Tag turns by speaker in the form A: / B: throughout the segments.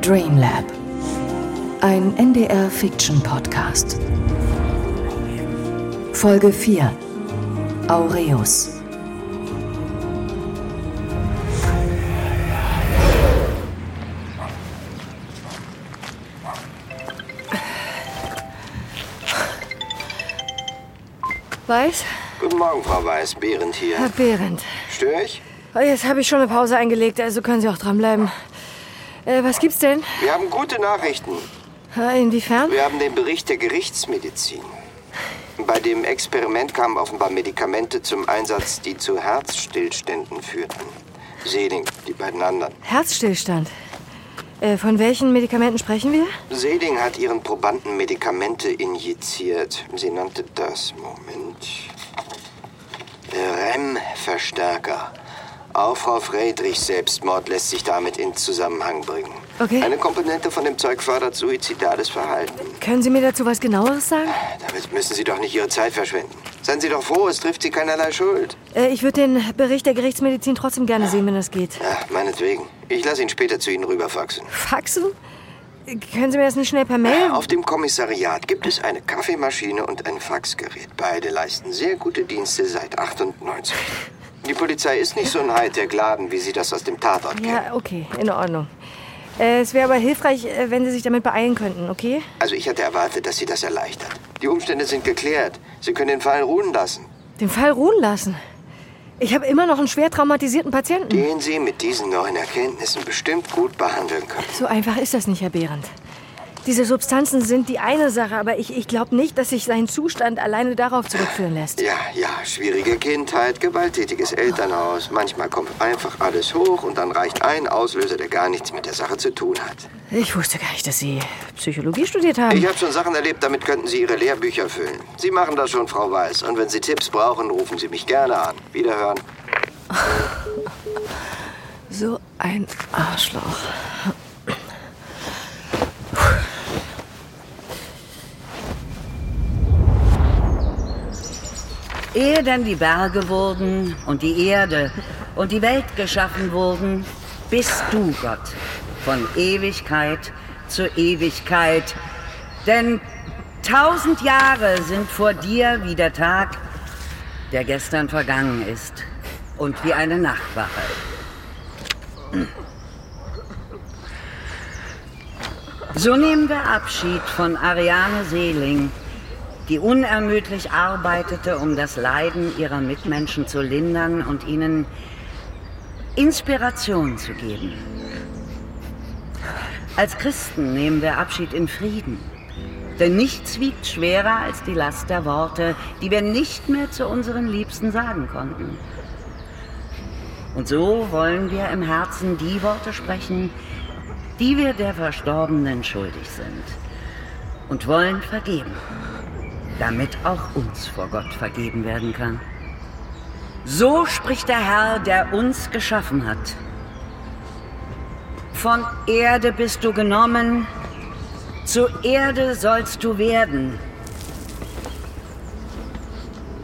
A: Dreamlab. Ein NDR Fiction Podcast. Folge 4. Aureus.
B: Weiß?
C: Guten Morgen, Frau Weiß. Behrend
B: Herr
C: hier.
B: Behrendt.
C: Störe ich?
B: Oh, Jetzt habe ich schon eine Pause eingelegt, also können Sie auch dranbleiben. Äh, was gibt's denn?
C: Wir haben gute Nachrichten.
B: Äh, inwiefern?
C: Wir haben den Bericht der Gerichtsmedizin. Bei dem Experiment kamen offenbar Medikamente zum Einsatz, die zu Herzstillständen führten. Seding, die beiden anderen.
B: Herzstillstand. Äh, von welchen Medikamenten sprechen wir?
C: Seding hat ihren Probanden Medikamente injiziert. Sie nannte das, Moment, REM-Verstärker. Auch Frau Friedrichs Selbstmord lässt sich damit in Zusammenhang bringen.
B: Okay.
C: Eine Komponente von dem Zeug fördert suizidales Verhalten.
B: Können Sie mir dazu was genaueres sagen?
C: Damit müssen Sie doch nicht Ihre Zeit verschwenden. Seien Sie doch froh, es trifft Sie keinerlei Schuld.
B: Äh, ich würde den Bericht der Gerichtsmedizin trotzdem gerne sehen, wenn das geht.
C: Ja, meinetwegen. Ich lasse ihn später zu Ihnen rüberfaxen.
B: Faxen? Äh, Können Sie mir das nicht schnell per Mail?
C: Auf dem Kommissariat gibt es eine Kaffeemaschine und ein Faxgerät. Beide leisten sehr gute Dienste seit 98. Die Polizei ist nicht so ein Hightech-Laden, wie Sie das aus dem Tatort kennen.
B: Ja, okay, in Ordnung. Äh, es wäre aber hilfreich, äh, wenn Sie sich damit beeilen könnten, okay?
C: Also ich hatte erwartet, dass Sie das erleichtert. Die Umstände sind geklärt. Sie können den Fall ruhen lassen.
B: Den Fall ruhen lassen. Ich habe immer noch einen schwer traumatisierten Patienten.
C: Den Sie mit diesen neuen Erkenntnissen bestimmt gut behandeln können.
B: So einfach ist das nicht, Herr Behrendt. Diese Substanzen sind die eine Sache, aber ich, ich glaube nicht, dass sich sein Zustand alleine darauf zurückführen lässt.
C: Ja, ja, schwierige Kindheit, gewalttätiges Elternhaus. Manchmal kommt einfach alles hoch und dann reicht ein Auslöser, der gar nichts mit der Sache zu tun hat.
B: Ich wusste gar nicht, dass Sie Psychologie studiert haben.
C: Ich habe schon Sachen erlebt, damit könnten Sie Ihre Lehrbücher füllen. Sie machen das schon, Frau Weiß. Und wenn Sie Tipps brauchen, rufen Sie mich gerne an. Wiederhören.
A: So ein Arschloch.
D: Ehe dann die Berge wurden und die Erde und die Welt geschaffen wurden, bist du Gott von Ewigkeit zu Ewigkeit. Denn tausend Jahre sind vor dir wie der Tag, der gestern vergangen ist und wie eine Nachtwache. So nehmen wir Abschied von Ariane Seeling, die unermüdlich arbeitete, um das Leiden ihrer Mitmenschen zu lindern und ihnen Inspiration zu geben. Als Christen nehmen wir Abschied in Frieden. Denn nichts wiegt schwerer als die Last der Worte, die wir nicht mehr zu unseren Liebsten sagen konnten. Und so wollen wir im Herzen die Worte sprechen, die wir der Verstorbenen schuldig sind. Und wollen vergeben damit auch uns vor Gott vergeben werden kann. So spricht der Herr, der uns geschaffen hat. Von Erde bist du genommen, zu Erde sollst du werden.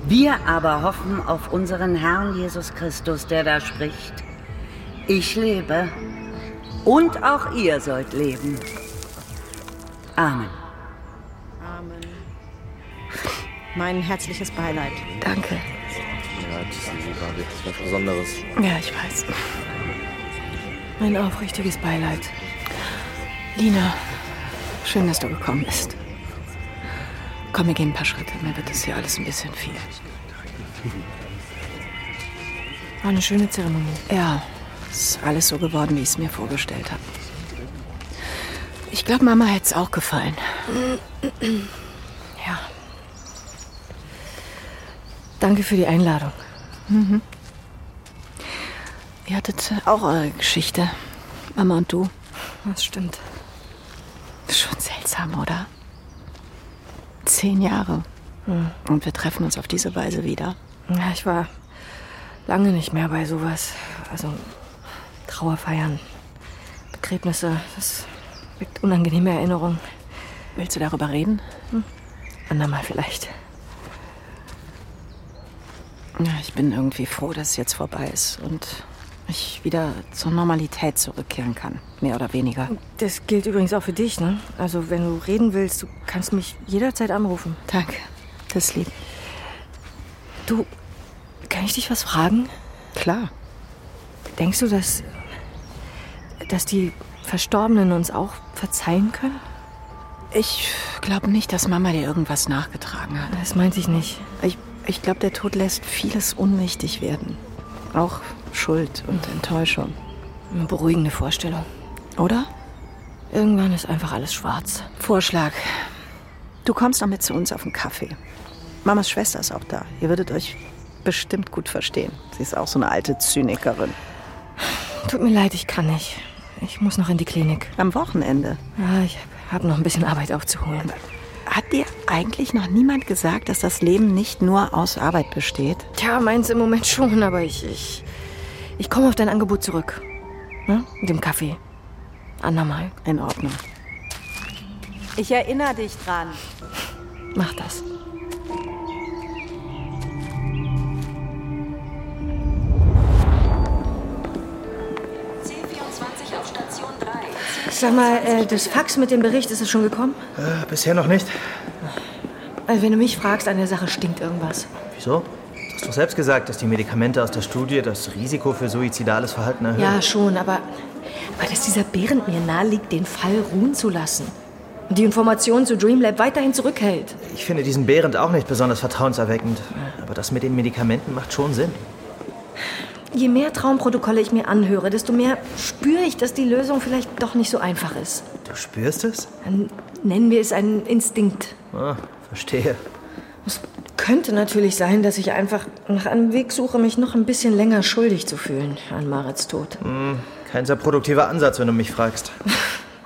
D: Wir aber hoffen auf unseren Herrn Jesus Christus, der da spricht. Ich lebe und auch ihr sollt leben. Amen.
E: Mein herzliches Beileid.
A: Danke.
F: Ja, das ist gerade was Besonderes.
A: Ja, ich weiß. Mein aufrichtiges Beileid. Lina, schön, dass du gekommen bist. Komm, wir gehen ein paar Schritte. Mir wird das hier alles ein bisschen viel.
B: War eine schöne Zeremonie.
A: Ja, ist alles so geworden, wie ich es mir vorgestellt habe. Ich glaube, Mama hätte es auch gefallen.
B: Ja. Danke für die Einladung.
A: Ihr hattet auch eure Geschichte. Mama und du.
B: Das stimmt.
A: Schon seltsam, oder? Zehn Jahre. Und wir treffen uns auf diese Weise wieder.
B: Ja, ich war lange nicht mehr bei sowas. Also Trauerfeiern, Begräbnisse, das weckt unangenehme Erinnerungen.
A: Willst du darüber reden?
B: Andermal vielleicht.
A: Ja, ich bin irgendwie froh, dass es jetzt vorbei ist. Und ich wieder zur Normalität zurückkehren kann. Mehr oder weniger.
B: Das gilt übrigens auch für dich, ne? Also, wenn du reden willst, du kannst mich jederzeit anrufen.
A: Danke. Das lieb.
B: Du, kann ich dich was fragen?
A: Klar.
B: Denkst du, dass, dass die Verstorbenen uns auch verzeihen können?
A: Ich glaube nicht, dass Mama dir irgendwas nachgetragen hat.
B: Das meinte ich nicht.
A: Ich, ich glaube, der Tod lässt vieles unwichtig werden. Auch Schuld und Enttäuschung.
B: Eine beruhigende Vorstellung.
A: Oder?
B: Irgendwann ist einfach alles schwarz.
A: Vorschlag. Du kommst doch mit zu uns auf den Kaffee. Mamas Schwester ist auch da. Ihr würdet euch bestimmt gut verstehen. Sie ist auch so eine alte Zynikerin.
B: Tut mir leid, ich kann nicht. Ich muss noch in die Klinik.
A: Am Wochenende.
B: Ja, ich habe noch ein bisschen Arbeit aufzuholen.
A: Hat dir eigentlich noch niemand gesagt, dass das Leben nicht nur aus Arbeit besteht?
B: Tja, meins im Moment schon, aber ich. Ich, ich komme auf dein Angebot zurück. Ne? Mit dem Kaffee. Andermal.
A: In Ordnung.
E: Ich erinnere dich dran.
B: Mach das. Sag mal, äh, das Fax mit dem Bericht, ist es schon gekommen?
G: Äh, Bisher noch nicht.
B: Also, wenn du mich fragst, an der Sache stinkt irgendwas.
G: Wieso? Du hast doch selbst gesagt, dass die Medikamente aus der Studie das Risiko für suizidales Verhalten erhöhen.
B: Ja, schon, aber, aber dass dieser Behrend mir naheliegt, den Fall ruhen zu lassen. Und die Informationen zu Dreamlab weiterhin zurückhält.
G: Ich finde diesen Behrend auch nicht besonders vertrauenserweckend. Aber das mit den Medikamenten macht schon Sinn.
B: Je mehr Traumprotokolle ich mir anhöre, desto mehr spüre ich, dass die Lösung vielleicht doch nicht so einfach ist.
G: Du spürst es?
B: Dann nennen wir es einen Instinkt.
G: Ah, verstehe.
B: Es könnte natürlich sein, dass ich einfach nach einem Weg suche, mich noch ein bisschen länger schuldig zu fühlen an Marits Tod.
G: Kein sehr produktiver Ansatz, wenn du mich fragst.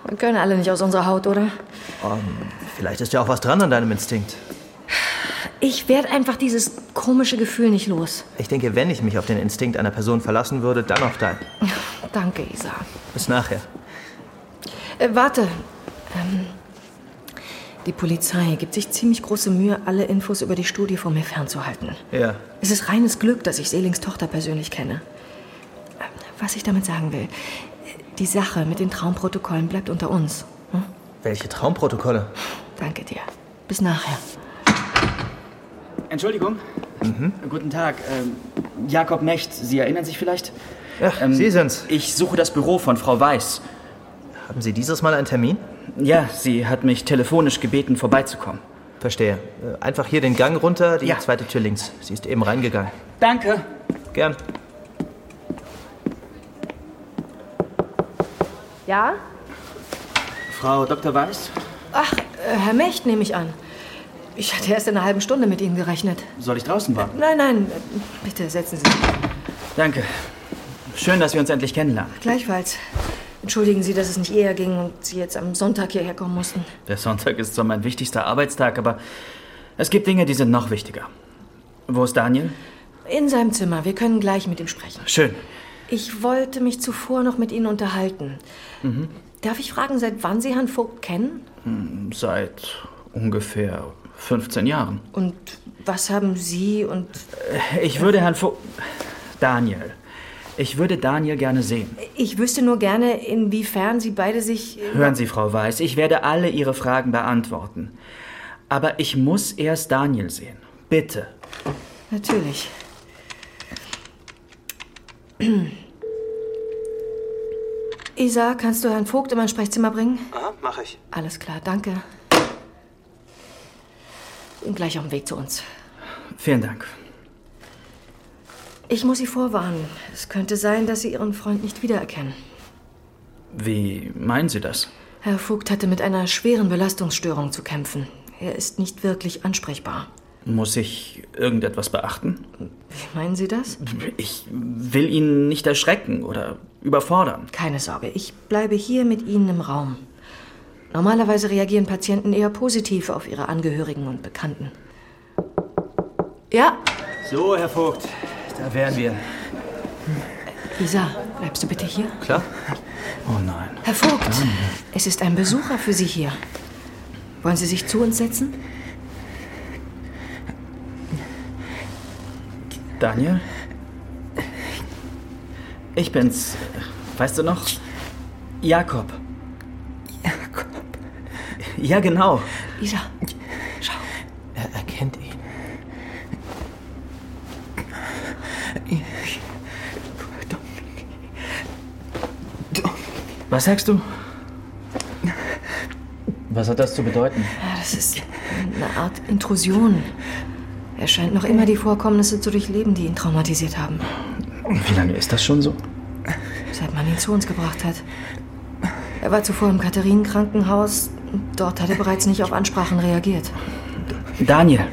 B: Wir können alle nicht aus unserer Haut, oder?
G: Ähm, vielleicht ist ja auch was dran an deinem Instinkt.
B: Ich werde einfach dieses komische Gefühl nicht los.
G: Ich denke, wenn ich mich auf den Instinkt einer Person verlassen würde, dann auf deinen.
B: Danke, Isa.
G: Bis nachher.
B: Äh, warte. Ähm, die Polizei gibt sich ziemlich große Mühe, alle Infos über die Studie von mir fernzuhalten.
G: Ja.
B: Es ist reines Glück, dass ich Selings Tochter persönlich kenne. Ähm, Was ich damit sagen will, die Sache mit den Traumprotokollen bleibt unter uns. Hm?
G: Welche Traumprotokolle?
B: Danke dir. Bis nachher.
H: Entschuldigung. Guten Tag. Ähm, Jakob Mecht, Sie erinnern sich vielleicht?
G: Ja, Sie sind's.
H: Ich suche das Büro von Frau Weiß.
G: Haben Sie dieses Mal einen Termin?
H: Ja, sie hat mich telefonisch gebeten, vorbeizukommen.
G: Verstehe. Äh, Einfach hier den Gang runter, die
H: Ja.
G: zweite Tür links. Sie ist eben reingegangen.
H: Danke.
G: Gern.
B: Ja?
H: Frau Dr. Weiß,
B: Ach, äh, Herr Mecht nehme ich an. Ich hatte erst in einer halben Stunde mit Ihnen gerechnet.
H: soll ich draußen warten?
B: Nein, nein, äh, bitte setzen Sie sich.
H: Danke. Schön, dass wir uns endlich kennenlernen.
B: Gleichfalls. Entschuldigen Sie, dass es nicht eher ging und Sie jetzt am Sonntag hierher kommen mussten.
H: Der Sonntag ist zwar mein wichtigster Arbeitstag, aber es gibt Dinge, die sind noch wichtiger. Wo ist Daniel?
B: In seinem Zimmer. Wir können gleich mit ihm sprechen.
H: Schön.
B: Ich wollte mich zuvor noch mit Ihnen unterhalten. Darf ich fragen, seit wann Sie Herrn Vogt kennen?
H: Seit ungefähr 15 Jahren.
B: Und was haben Sie und...
H: Ich würde Herrn Vo Daniel. Ich würde Daniel gerne sehen.
B: Ich wüsste nur gerne, inwiefern Sie beide sich...
H: Hören Sie, Frau Weiß, ich werde alle Ihre Fragen beantworten. Aber ich muss erst Daniel sehen. Bitte.
B: Natürlich. Isa, kannst du Herrn Vogt in mein Sprechzimmer bringen?
C: Aha, mache ich.
B: Alles klar, danke. Und gleich auf dem Weg zu uns.
H: Vielen Dank.
B: Ich muss Sie vorwarnen. Es könnte sein, dass Sie Ihren Freund nicht wiedererkennen.
H: Wie meinen Sie das?
B: Herr Vogt hatte mit einer schweren Belastungsstörung zu kämpfen. Er ist nicht wirklich ansprechbar.
H: Muss ich irgendetwas beachten?
B: Wie meinen Sie das?
H: Ich will ihn nicht erschrecken oder überfordern.
B: Keine Sorge, ich bleibe hier mit Ihnen im Raum. Normalerweise reagieren Patienten eher positiv auf ihre Angehörigen und Bekannten. Ja,
G: So, Herr Vogt,
H: Oh
G: da wären wir.
B: Isa, bleibst du bitte hier?
G: Klar?
H: Oh nein.
B: Herr Vogt, es ist ein Besucher für Sie hier. Wollen Sie sich zu uns setzen?
H: Daniel? Ich bin's. Weißt du noch? Jakob. Jakob. Ja, genau.
A: Lisa,
G: Er erkennt ihn.
H: Was sagst du? Was hat das zu bedeuten?
B: Ja, das ist eine Art Intrusion. Er scheint noch immer die Vorkommnisse zu durchleben, die ihn traumatisiert haben,
H: Wie lange ist das schon so?
B: seit man ihn zu uns gebracht hat. Er war zuvor im Katharinen-Krankenhaus. Dort hat er bereits nicht auf Ansprachen reagiert.
H: Daniel,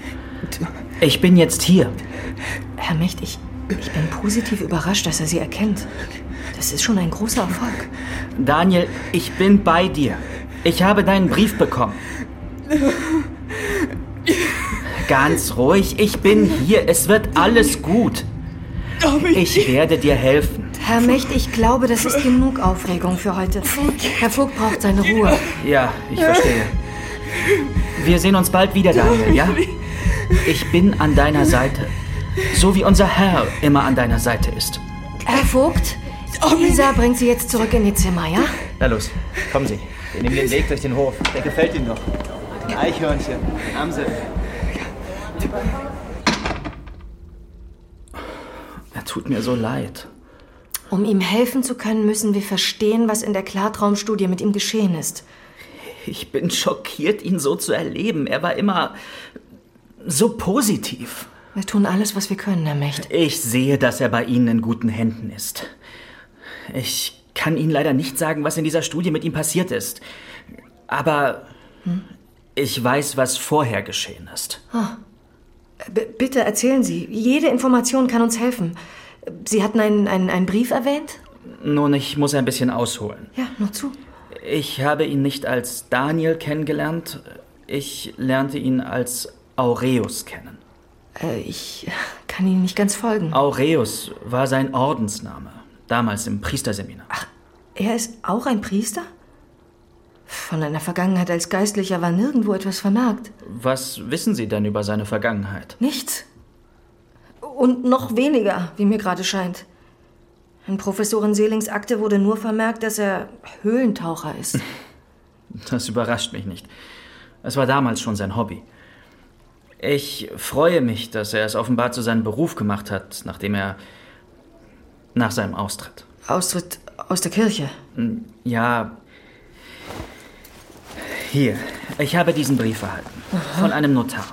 H: ich bin jetzt hier.
B: Herr Mecht, ich, ich bin positiv überrascht, dass er sie erkennt. Das ist schon ein großer Erfolg.
H: Daniel, ich bin bei dir. Ich habe deinen Brief bekommen. Ganz ruhig, ich bin hier. Es wird alles gut. Ich werde dir helfen.
B: Herr Mecht, ich glaube, das ist genug Aufregung für heute. Herr Vogt braucht seine Ruhe.
H: Ja, ich verstehe. Wir sehen uns bald wieder, Daniel, ja? Ich bin an deiner Seite. So wie unser Herr immer an deiner Seite ist.
B: Herr Vogt, Isa bringt sie jetzt zurück in ihr Zimmer, ja?
G: Na los, kommen Sie. Wir nehmen den Weg durch den Hof. Der gefällt Ihnen doch. Die Eichhörnchen, die Amsel.
H: Er tut mir so leid.
B: Um ihm helfen zu können, müssen wir verstehen, was in der Klartraumstudie mit ihm geschehen ist.
H: Ich bin schockiert, ihn so zu erleben. Er war immer so positiv.
B: Wir tun alles, was wir können, Herr Mecht.
H: Ich sehe, dass er bei Ihnen in guten Händen ist. Ich kann Ihnen leider nicht sagen, was in dieser Studie mit ihm passiert ist. Aber ich weiß, was vorher geschehen ist.
B: B bitte erzählen Sie. Jede Information kann uns helfen. Sie hatten einen, einen, einen Brief erwähnt?
H: Nun, ich muss ein bisschen ausholen.
B: Ja, nur zu.
H: Ich habe ihn nicht als Daniel kennengelernt. Ich lernte ihn als Aureus kennen.
B: Äh, ich kann Ihnen nicht ganz folgen.
H: Aureus war sein Ordensname, damals im Priesterseminar.
B: Er ist auch ein Priester? Von einer Vergangenheit als Geistlicher war nirgendwo etwas vermerkt.
H: Was wissen Sie denn über seine Vergangenheit?
B: Nichts. Und noch weniger, wie mir gerade scheint. In Professorin Seelings Akte wurde nur vermerkt, dass er Höhlentaucher ist.
H: Das überrascht mich nicht. Es war damals schon sein Hobby. Ich freue mich, dass er es offenbar zu seinem Beruf gemacht hat, nachdem er nach seinem Austritt.
B: Austritt aus der Kirche.
H: Ähm, Ja. Hier, ich habe diesen Brief erhalten. Von einem Notar.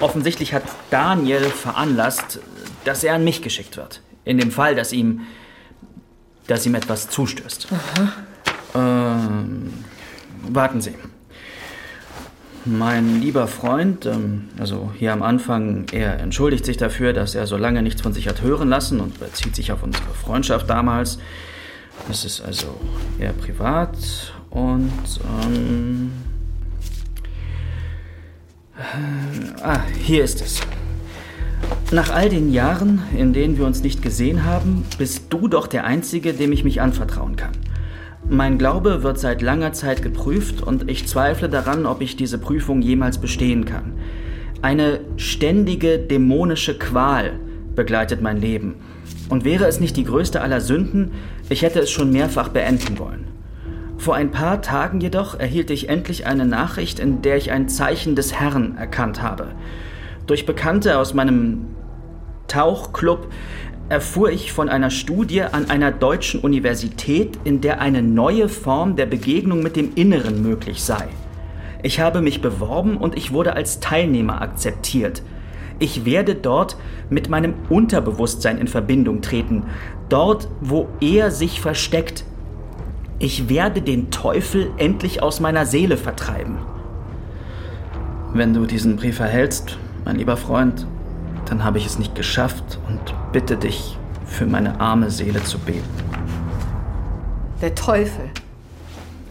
H: Offensichtlich hat Daniel veranlasst, dass er an mich geschickt wird. In dem Fall, dass ihm. dass ihm etwas zustößt. Ähm, warten Sie. Mein lieber Freund, ähm, also hier am Anfang, er entschuldigt sich dafür, dass er so lange nichts von sich hat hören lassen und bezieht sich auf unsere Freundschaft damals. Das ist also eher privat und ähm, äh, ah, hier ist es. Nach all den Jahren, in denen wir uns nicht gesehen haben, bist du doch der Einzige, dem ich mich anvertrauen kann. Mein Glaube wird seit langer Zeit geprüft und ich zweifle daran, ob ich diese Prüfung jemals bestehen kann. Eine ständige dämonische Qual begleitet mein Leben. Und wäre es nicht die größte aller Sünden, ich hätte es schon mehrfach beenden wollen. Vor ein paar Tagen jedoch erhielt ich endlich eine Nachricht, in der ich ein Zeichen des Herrn erkannt habe. Durch Bekannte aus meinem Tauchclub erfuhr ich von einer Studie an einer deutschen Universität, in der eine neue Form der Begegnung mit dem Inneren möglich sei. Ich habe mich beworben und ich wurde als Teilnehmer akzeptiert. Ich werde dort mit meinem Unterbewusstsein in Verbindung treten, dort, wo er sich versteckt. Ich werde den Teufel endlich aus meiner Seele vertreiben. Wenn du diesen Brief erhältst, mein lieber Freund, dann habe ich es nicht geschafft und bitte dich, für meine arme Seele zu beten.
B: Der Teufel.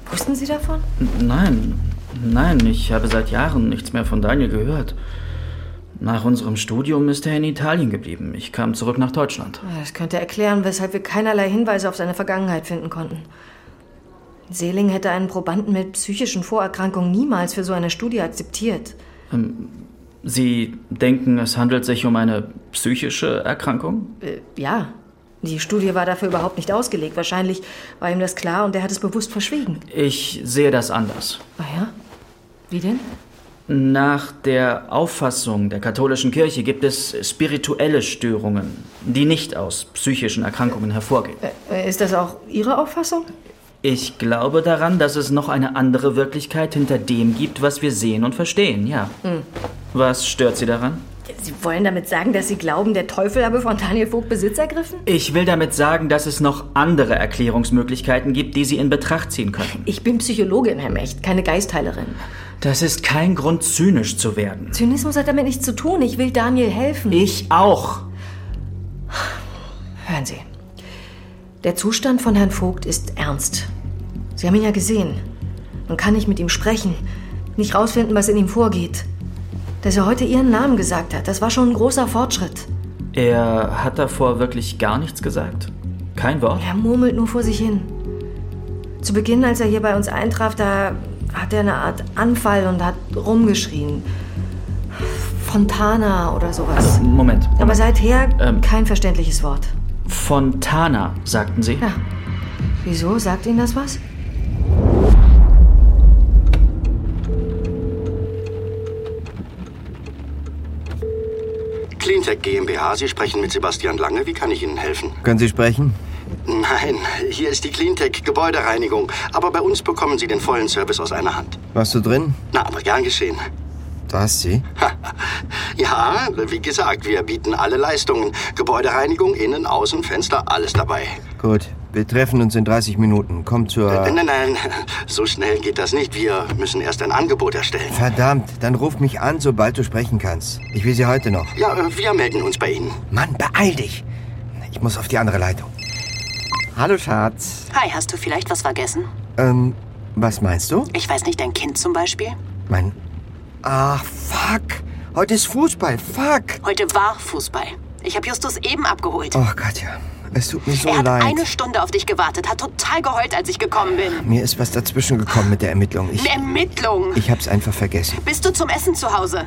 B: Wussten Sie davon?
H: Nein, nein, ich habe seit Jahren nichts mehr von Daniel gehört. Nach unserem Studium ist er in Italien geblieben. Ich kam zurück nach Deutschland.
B: Ja, Das könnte erklären, weshalb wir keinerlei Hinweise auf seine Vergangenheit finden konnten. Seeling hätte einen Probanden mit psychischen Vorerkrankungen niemals für so eine Studie akzeptiert.
H: Sie denken, es handelt sich um eine psychische Erkrankung?
B: Äh, ja, Die Studie war dafür überhaupt nicht ausgelegt. Wahrscheinlich war ihm das klar und er hat es bewusst verschwiegen.
H: Ich sehe das anders.
B: Ah ja? Wie denn?
H: Nach der Auffassung der katholischen Kirche gibt es spirituelle Störungen, die nicht aus psychischen Erkrankungen hervorgehen.
B: Äh, Ist das auch Ihre Auffassung?
H: Ich glaube daran, dass es noch eine andere Wirklichkeit hinter dem gibt, was wir sehen und verstehen, ja. Was stört Sie daran?
B: Sie wollen damit sagen, dass Sie glauben, der Teufel habe von Daniel Vogt Besitz ergriffen?
H: Ich will damit sagen, dass es noch andere Erklärungsmöglichkeiten gibt, die Sie in Betracht ziehen können.
B: Ich bin Psychologin, Herr Mecht, keine Geistheilerin.
H: Das ist kein Grund, zynisch zu werden.
B: Zynismus hat damit nichts zu tun. Ich will Daniel helfen.
H: Ich auch.
B: Hören Sie, der Zustand von Herrn Vogt ist ernst. Sie haben ihn ja gesehen. Man kann nicht mit ihm sprechen, nicht rausfinden, was in ihm vorgeht. Dass er heute Ihren Namen gesagt hat, das war schon ein großer Fortschritt.
H: Er hat davor wirklich gar nichts gesagt. Kein Wort.
B: Er murmelt nur vor sich hin. Zu Beginn, als er hier bei uns eintraf, da hat er eine Art Anfall und hat rumgeschrien. Fontana oder sowas.
H: Moment.
B: Aber seither
H: Ähm.
B: kein verständliches Wort.
H: Fontana, sagten Sie?
B: Ja. Wieso? Sagt Ihnen das was?
C: Cleantech GmbH, Sie sprechen mit Sebastian Lange. Wie kann ich Ihnen helfen?
I: Können Sie sprechen?
C: Nein, hier ist die Cleantech Gebäudereinigung. Aber bei uns bekommen Sie den vollen Service aus einer Hand.
I: Warst du drin?
C: Na, aber gern geschehen.
I: Da hast sie.
C: ja, wie gesagt, wir bieten alle Leistungen. Gebäudereinigung, Innen, Außen, Fenster, alles dabei.
I: Gut. Wir treffen uns in 30 Minuten. Komm zur.
C: Nein, nein, so schnell geht das nicht. Wir müssen erst ein Angebot erstellen.
I: Verdammt, dann ruf mich an, sobald du sprechen kannst. Ich will sie heute noch.
C: Ja, äh, wir melden uns bei Ihnen.
I: Mann, beeil dich! Ich muss auf die andere Leitung. Hallo, Schatz.
J: Hi, hast du vielleicht was vergessen?
I: Ähm, was meinst du?
J: Ich weiß nicht, dein Kind zum Beispiel?
I: Mein. Ach, fuck. Heute ist Fußball. Fuck.
J: Heute war Fußball. Ich habe Justus eben abgeholt.
I: Oh, Katja. Es tut mir so
J: er hat
I: leid.
J: eine Stunde auf dich gewartet, hat total geheult, als ich gekommen bin.
I: Mir ist was dazwischen gekommen mit der Ermittlung. Ich,
J: Eine Ermittlung.
I: ich hab's einfach vergessen.
J: Bist du zum Essen zu Hause?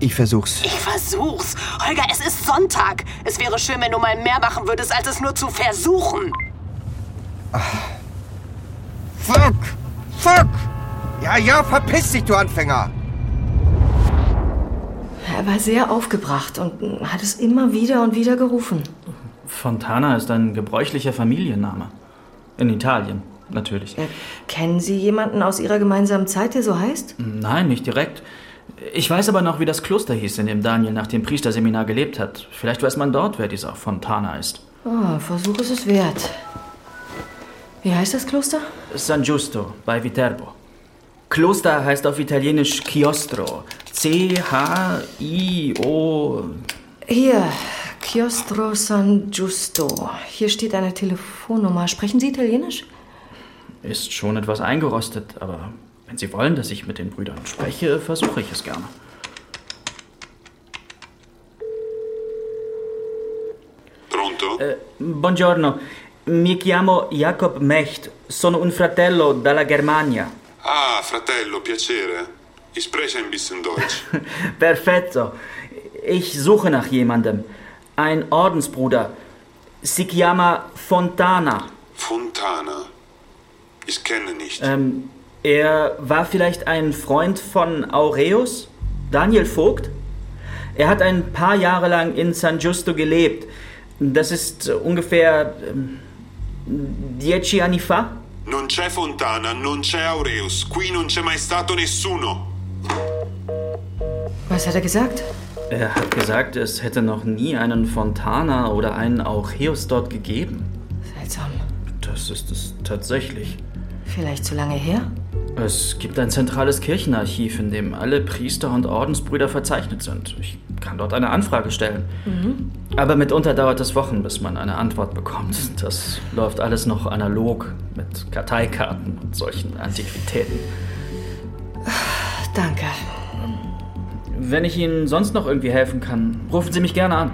I: Ich versuch's.
J: Ich versuch's. Holger, es ist Sonntag. Es wäre schön, wenn du mal mehr machen würdest, als es nur zu versuchen.
I: Fuck! Fuck! Ja, ja, verpiss dich, du Anfänger!
B: Er war sehr aufgebracht und hat es immer wieder und wieder gerufen.
H: Fontana ist ein gebräuchlicher Familienname. In Italien, natürlich.
G: Äh.
B: Kennen Sie jemanden aus Ihrer gemeinsamen Zeit, der so heißt?
H: Nein, nicht direkt. Ich weiß aber noch, wie das Kloster hieß, in dem Daniel nach dem Priesterseminar gelebt hat. Vielleicht weiß man dort, wer dieser Fontana ist.
B: Ah, Versuch ist es wert. Wie heißt das Kloster?
H: San Giusto bei Viterbo. Kloster heißt auf Italienisch Chiostro. C-H-I-O.
B: Hier, Chiostro San Giusto. Hier steht eine Telefonnummer. Sprechen Sie Italienisch?
H: Ist schon etwas eingerostet, aber wenn Sie wollen, dass ich mit den Brüdern spreche, versuche ich es gerne.
K: Pronto?
H: Buongiorno, mi chiamo Jakob Mecht, sono un fratello dalla Germania.
K: Ah, fratello, piacere. Ich spreche ein bisschen Deutsch.
H: Perfetto, ich suche nach jemandem. Ein Ordensbruder. Si chiama Fontana.
K: Fontana. Ich kenne nicht.
H: Ähm, er war vielleicht ein Freund von Aureus, Daniel Vogt. Er hat ein paar Jahre lang in San Giusto gelebt. Das ist ungefähr ähm, dieci anni fa.
K: Non c'è Fontana, non c'è Aureus. Qui non c'è mai stato nessuno.
B: Was hat er gesagt?
H: Er hat gesagt, es hätte noch nie einen Fontana oder einen Aureus dort gegeben.
B: Seltsam.
H: Das ist es tatsächlich.
B: Vielleicht zu lange her?
H: Es gibt ein zentrales Kirchenarchiv, in dem alle Priester und Ordensbrüder verzeichnet sind. Ich kann dort eine Anfrage stellen. Aber mitunter dauert es Wochen, bis man eine Antwort bekommt. Das läuft alles noch analog mit Karteikarten und solchen Antiquitäten.
B: Danke.
H: Wenn ich Ihnen sonst noch irgendwie helfen kann, rufen Sie mich gerne an.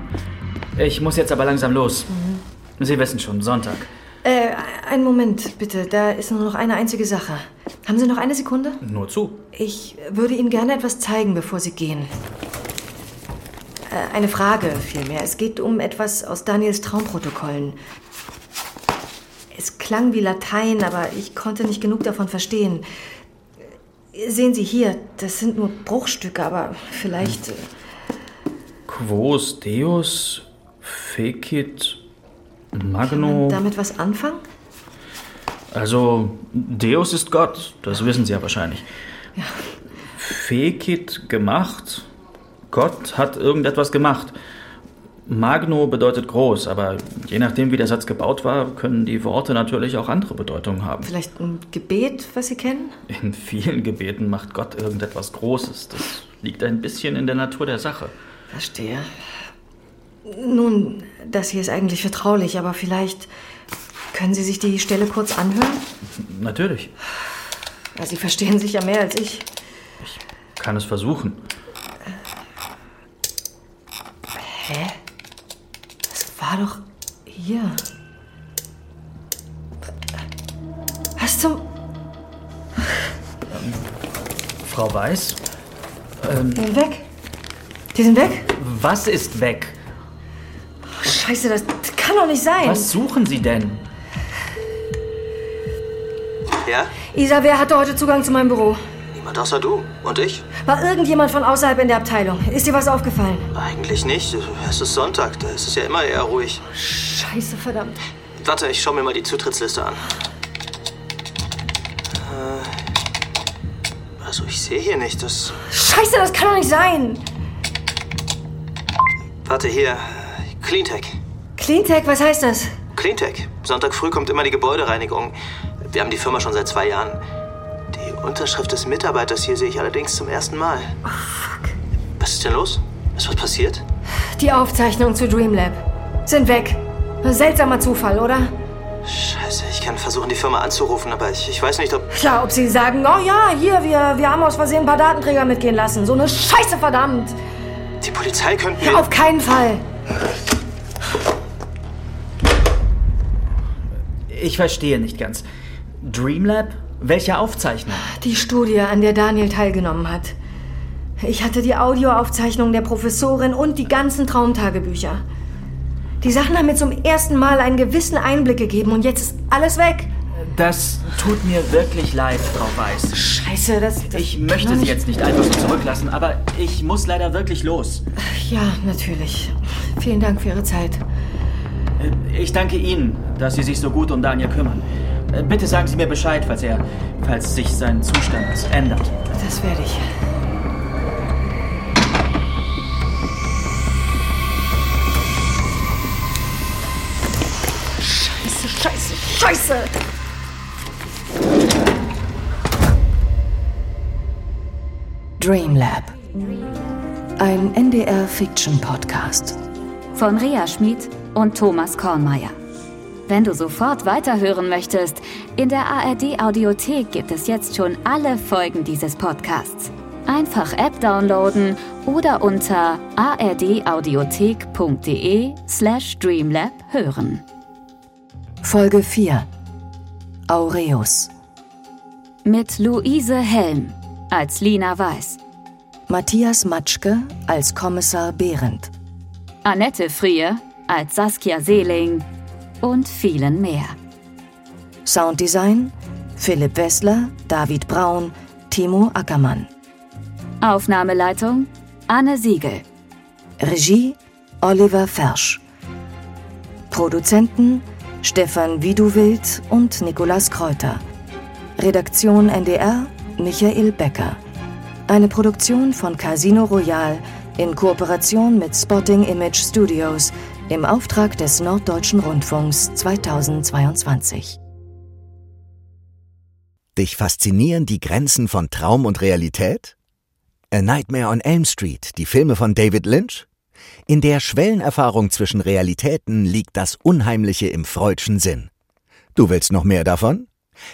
H: Ich muss jetzt aber langsam los. Sie wissen schon, Sonntag.
B: Äh, einen Moment, bitte. Da ist nur noch eine einzige Sache. Haben Sie noch eine Sekunde?
H: Nur zu.
B: Ich würde Ihnen gerne etwas zeigen, bevor Sie gehen. Äh, Eine Frage vielmehr. Es geht um etwas aus Daniels Traumprotokollen. Es klang wie Latein, aber ich konnte nicht genug davon verstehen. Äh, Sehen Sie hier, das sind nur Bruchstücke, aber vielleicht. äh,
G: Quos Deus fecit magno.
B: Damit was anfangen?
G: Also, Deus ist Gott, das wissen Sie ja wahrscheinlich. Fekit gemacht. Gott hat irgendetwas gemacht. Magno bedeutet groß, aber je nachdem, wie der Satz gebaut war, können die Worte natürlich auch andere Bedeutungen haben.
B: Vielleicht ein Gebet, was Sie kennen?
G: In vielen Gebeten macht Gott irgendetwas Großes. Das liegt ein bisschen in der Natur der Sache.
B: Verstehe. Nun, das hier ist eigentlich vertraulich, aber vielleicht können Sie sich die Stelle kurz anhören?
G: Natürlich,
B: Ja, Sie verstehen sich ja mehr als ich.
G: kann es versuchen.
B: Hä? Das war doch hier. Was zum...
G: Frau Weiß? Ähm,
B: Die sind weg. Die sind weg?
G: was ist weg?
B: Oh, scheiße, das kann doch nicht sein.
G: Was suchen Sie denn?
C: Ja?
B: Isa, wer hatte heute Zugang zu meinem Büro?
C: Niemand außer du. Und ich?
B: War irgendjemand von außerhalb in der Abteilung? Ist dir was aufgefallen?
C: Eigentlich nicht. Es ist Sonntag. Da ist es ja immer eher ruhig.
B: Scheiße, verdammt.
C: Warte, ich schaue mir mal die Zutrittsliste an. Äh, Also ich sehe hier nicht. Das.
B: Scheiße, das kann doch nicht sein.
C: Warte hier. Cleantech.
B: Cleantech, was heißt das?
C: Cleantech. Sonntag früh kommt immer die Gebäudereinigung. Wir haben die Firma schon seit zwei Jahren. Die Unterschrift des Mitarbeiters hier sehe ich allerdings zum ersten Mal. Oh, fuck. Was ist denn los? Ist was passiert?
B: Die Aufzeichnungen zu Dreamlab sind weg. Seltsamer Zufall, oder?
C: Scheiße, ich kann versuchen, die Firma anzurufen, aber ich, ich weiß nicht, ob.
B: Klar, ob sie sagen, oh ja, hier, wir, wir haben aus Versehen ein paar Datenträger mitgehen lassen. So eine Scheiße, verdammt.
C: Die Polizei könnte. mir-
B: Auf keinen Fall.
G: Ich verstehe nicht ganz. Dreamlab? Welche Aufzeichnung?
B: Die Studie, an der Daniel teilgenommen hat. Ich hatte die Audioaufzeichnung der Professorin und die ganzen Traumtagebücher. Die Sachen haben mir zum ersten Mal einen gewissen Einblick gegeben und jetzt ist alles weg.
G: Das tut mir wirklich leid, Frau Weiß.
B: Scheiße, das. das
G: Ich möchte Sie jetzt nicht einfach so zurücklassen, aber ich muss leider wirklich los.
B: Ja, natürlich. Vielen Dank für Ihre Zeit.
G: Äh, Ich danke Ihnen, dass Sie sich so gut um Daniel kümmern. Äh, Bitte sagen Sie mir Bescheid, falls er, falls sich sein Zustand ändert.
B: Das werde ich. Scheiße, scheiße, scheiße!
L: Dreamlab. Ein NDR-Fiction-Podcast.
D: von Rea Schmid und Thomas Kornmeier. Wenn du sofort weiterhören möchtest, in der ARD Audiothek gibt es jetzt schon alle Folgen dieses Podcasts. Einfach App downloaden oder unter ardaudiothek.de E slash dreamlab hören.
L: Folge 4. Aureus.
D: Mit Luise Helm als Lina Weiß,
L: Matthias Matschke als Kommissar Behrendt.
D: Annette Frier als Saskia Seeling und vielen mehr.
L: Sounddesign Philipp Wessler, David Braun, Timo Ackermann.
D: Aufnahmeleitung Anne Siegel.
L: Regie Oliver Fersch. Produzenten Stefan Widuwild und Nikolaus Kräuter. Redaktion NDR Michael Becker. Eine Produktion von Casino Royal in Kooperation mit Spotting Image Studios im Auftrag des Norddeutschen Rundfunks 2022.
H: Dich faszinieren die Grenzen von Traum und Realität? A Nightmare on Elm Street, die Filme von David Lynch? In der Schwellenerfahrung zwischen Realitäten liegt das Unheimliche im freudschen Sinn. Du willst noch mehr davon?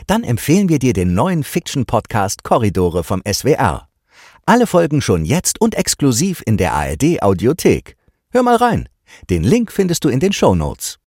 H: Dann empfehlen wir dir den neuen Fiction-Podcast Korridore vom SWR. Alle Folgen schon jetzt und exklusiv in der ARD Audiothek. Hör mal rein. Den Link findest du in den Shownotes.